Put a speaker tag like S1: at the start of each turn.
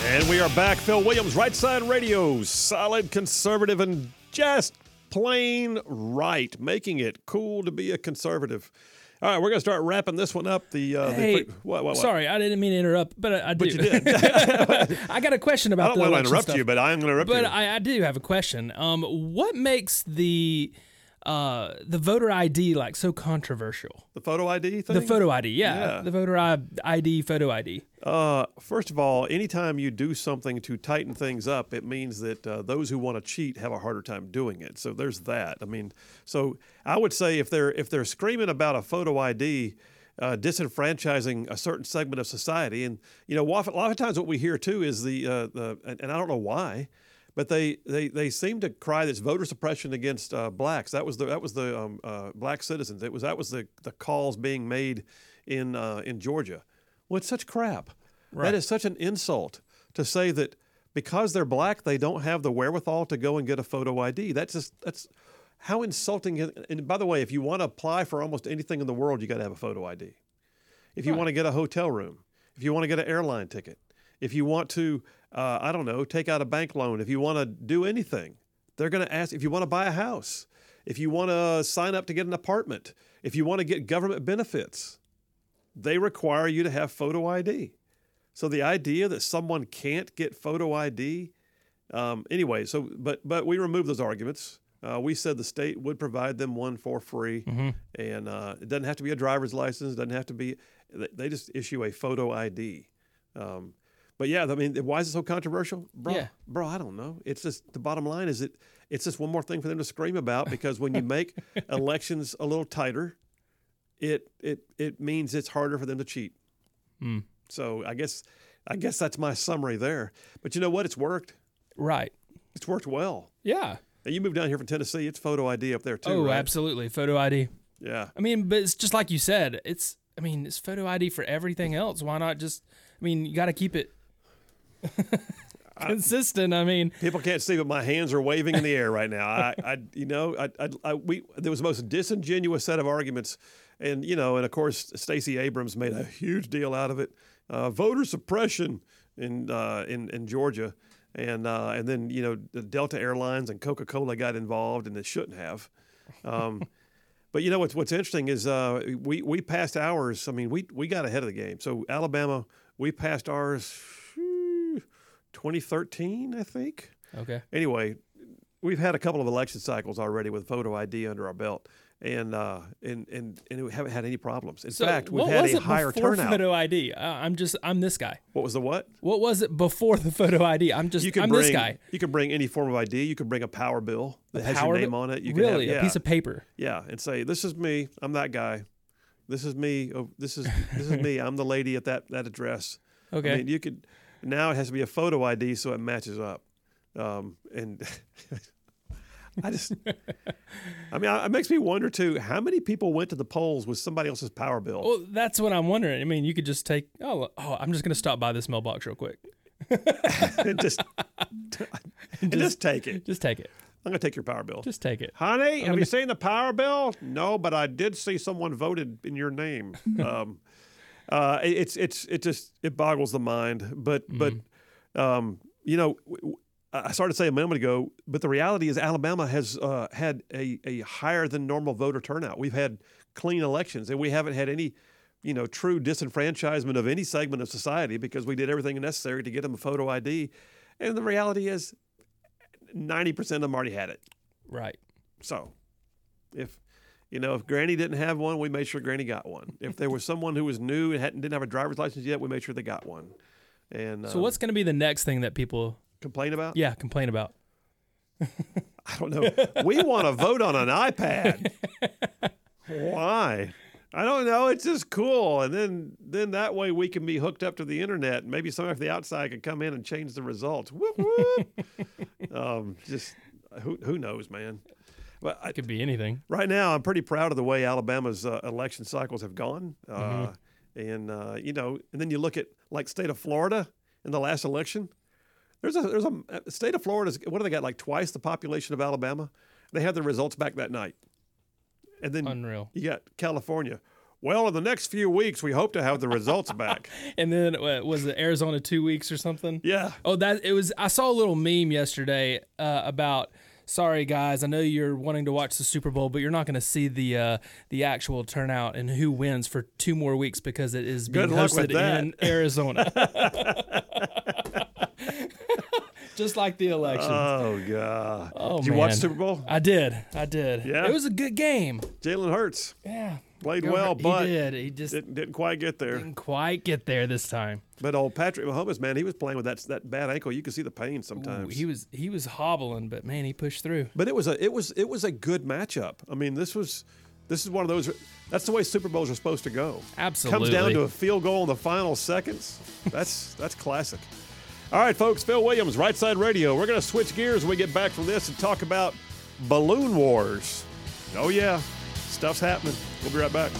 S1: And we are back. Phil Williams, Right Side Radio, solid conservative and just plain right, making it cool to be a conservative. All right, we're going to start wrapping this one up. The, uh, the
S2: Hey,
S1: free- what, what, what?
S2: sorry, I didn't mean to interrupt, but I, I do.
S1: you did.
S2: I got a question about
S1: I don't want
S2: the
S1: to
S2: election
S1: interrupt
S2: stuff.
S1: you, but I am going to interrupt
S2: But
S1: you.
S2: I, I do have a question. Um, what makes the uh, the voter ID like so controversial?
S1: the photo ID thing.
S2: The photo ID, yeah,
S1: Yeah.
S2: the voter I- ID, photo ID.
S1: Uh, first of all, anytime you do something to tighten things up, it means that uh, those who want to cheat have a harder time doing it. So there's that. I mean, so I would say if they're if they're screaming about a photo ID, uh, disenfranchising a certain segment of society, and you know, often, a lot of times what we hear too is the uh, the and, and I don't know why. But they, they, they seem to cry this voter suppression against uh, blacks. That was the that was the um, uh, black citizens. It was that was the, the calls being made in uh, in Georgia. Well, it's such crap. That is such an insult to say that because they're black, they don't have the wherewithal to go and get a photo ID. That's just that's how insulting. it- And by the way, if you want to apply for almost anything in the world, you got to have a photo ID. If you want to get a hotel room, if you want to get an airline ticket, if you want to, uh, I don't know, take out a bank loan, if you want to do anything, they're going to ask. If you want to buy a house, if you want to sign up to get an apartment, if you want to get government benefits, they require you to have photo ID. So the idea that someone can't get photo ID, um, anyway. So, but but we removed those arguments. Uh, we said the state would provide them one for free, and uh, it doesn't have to be a driver's license. Doesn't have to be. they- They just issue a photo ID. Um, but yeah, I mean, why is it so controversial, bro?
S2: Yeah.
S1: Bro, I don't know. It's just the bottom line is it. It's just one more thing for them to scream about because when you make elections a little tighter, it it it means it's harder for them to cheat. So I guess I guess that's my summary there. But you know what? It's worked.
S2: Right.
S1: It's worked well.
S2: Yeah.
S1: And you moved down here from Tennessee. It's photo ID up there too.
S2: oh,
S1: right?
S2: absolutely. Photo ID.
S1: Yeah.
S2: I mean, but it's just like you said. It's I mean, it's photo ID for everything else. Why not just? I mean, you got to keep it consistent. I mean,
S1: People can't see, but my hands are waving in the air right now. I, I you know, I, I, I, we there was the most disingenuous set of arguments, and you know, and of course, Stacey Abrams made a huge deal out of it, uh, voter suppression in uh, in in Georgia, and uh, and then you know, the Delta Airlines and Coca Cola got involved, and they shouldn't have. Um, But you know what's what's interesting is uh, we we passed ours. I mean, we we got ahead of the game. So Alabama, we passed ours, hmm, 2013, I think.
S2: okay.
S1: Anyway, we've had a couple of election cycles already with photo ID under our belt, and uh, and and and we haven't had any problems. In
S2: So
S1: fact, we've
S2: what
S1: had
S2: was
S1: a
S2: it
S1: higher
S2: before
S1: turnout.
S2: Photo ID. Uh, I'm just I'm this guy.
S1: What was the what?
S2: What was it before the photo ID? I'm just
S1: You can
S2: I'm
S1: bring
S2: this guy.
S1: you can bring any form of ID. You can bring a power bill that has
S2: Power
S1: your name
S2: bi-
S1: on it. You
S2: really
S1: can have, yeah.
S2: a piece of paper.
S1: Yeah, and say, "This is me. I'm that guy. This is me. Oh, this is this is me. I'm the lady at that that address."
S2: Okay.
S1: I mean, you could now it has to be a photo ID so it matches up, um, and I just, I mean, I- it makes me wonder too how many people went to the polls with somebody else's power bill.
S2: well, that's what I'm wondering. I mean, you could just take. Oh, oh I'm just gonna stop by this mailbox real quick.
S1: and just, and just take it.
S2: Just take it.
S1: I'm gonna take your power bill.
S2: Just take it.
S1: Honey, have you seen the power bill? No, but I did see someone voted in your name. um, uh, it- it's it's it just it boggles the mind. But but um, you know, w- w- I started to say a moment ago, but the reality is Alabama has uh, had a, a higher than normal voter turnout. We've had clean elections, and we haven't had any. You know, true disenfranchisement of any segment of society because we did everything necessary to get them a photo ID. And the reality is, 90% of them already had it.
S2: Right.
S1: So, if you know, if Granny didn't have one, we made sure Granny got one. If there was someone who was new and hadn't, didn't have a driver's license yet, we made sure they got one. And uh,
S2: So what's gonna be the next thing that people
S1: complain about?
S2: yeah complain about?
S1: I don't know. we want to vote on an iPad. Why? I don't know. It's just cool, and then then that way we can be hooked up to the internet, and maybe somebody from the outside could come in and change the results. Whoop whoop. um, just who who knows, man. But I,
S2: Could be anything.
S1: Right now, I'm pretty proud of the way Alabama's uh, election cycles have gone. Uh,
S2: Mm-hmm.
S1: And, uh, you know, and then you look at like state of Florida in the last election. There's a, there's a uh, state of Florida's, what do they got? Like twice the population of Alabama. They had the results back that night. And then
S2: Unreal.
S1: you got California. well, in the next few weeks, we hope to have the results back.
S2: And then uh, was it Arizona two weeks or something?
S1: Yeah.
S2: Oh, that it was. I saw a little meme yesterday uh, about. Sorry, guys. I know you're wanting to watch the Super Bowl, but you're not going to see the uh, the actual turnout and who wins for two more weeks because it is being
S1: Good luck with
S2: hosted
S1: that.
S2: in Arizona. Just like the election.
S1: Oh God.
S2: oh,
S1: Did you watch
S2: man.
S1: Super Bowl?
S2: I did. I did.
S1: Yeah?
S2: It was a good game.
S1: Jalen Hurts
S2: Yeah.
S1: played
S2: Go-
S1: well,
S2: he
S1: but
S2: did. He just
S1: didn't didn't quite get there.
S2: didn't quite get there this time.
S1: But old Patrick Mahomes, man, he was playing with that that bad ankle. You could see the pain
S2: Ooh,
S1: sometimes.
S2: he was he was hobbling, but man, he pushed through.
S1: But it was a it was it was a good matchup. I mean, this was this is one of those. That's the way Super Bowls are supposed to go.
S2: Absolutely.
S1: comes down to a field goal in the final seconds. That's that's classic. All right, folks. Phil Williams, Right Side Radio. We're gonna switch gears when we get back from this and talk about balloon wars. Oh yeah, stuff's happening. We'll be right back.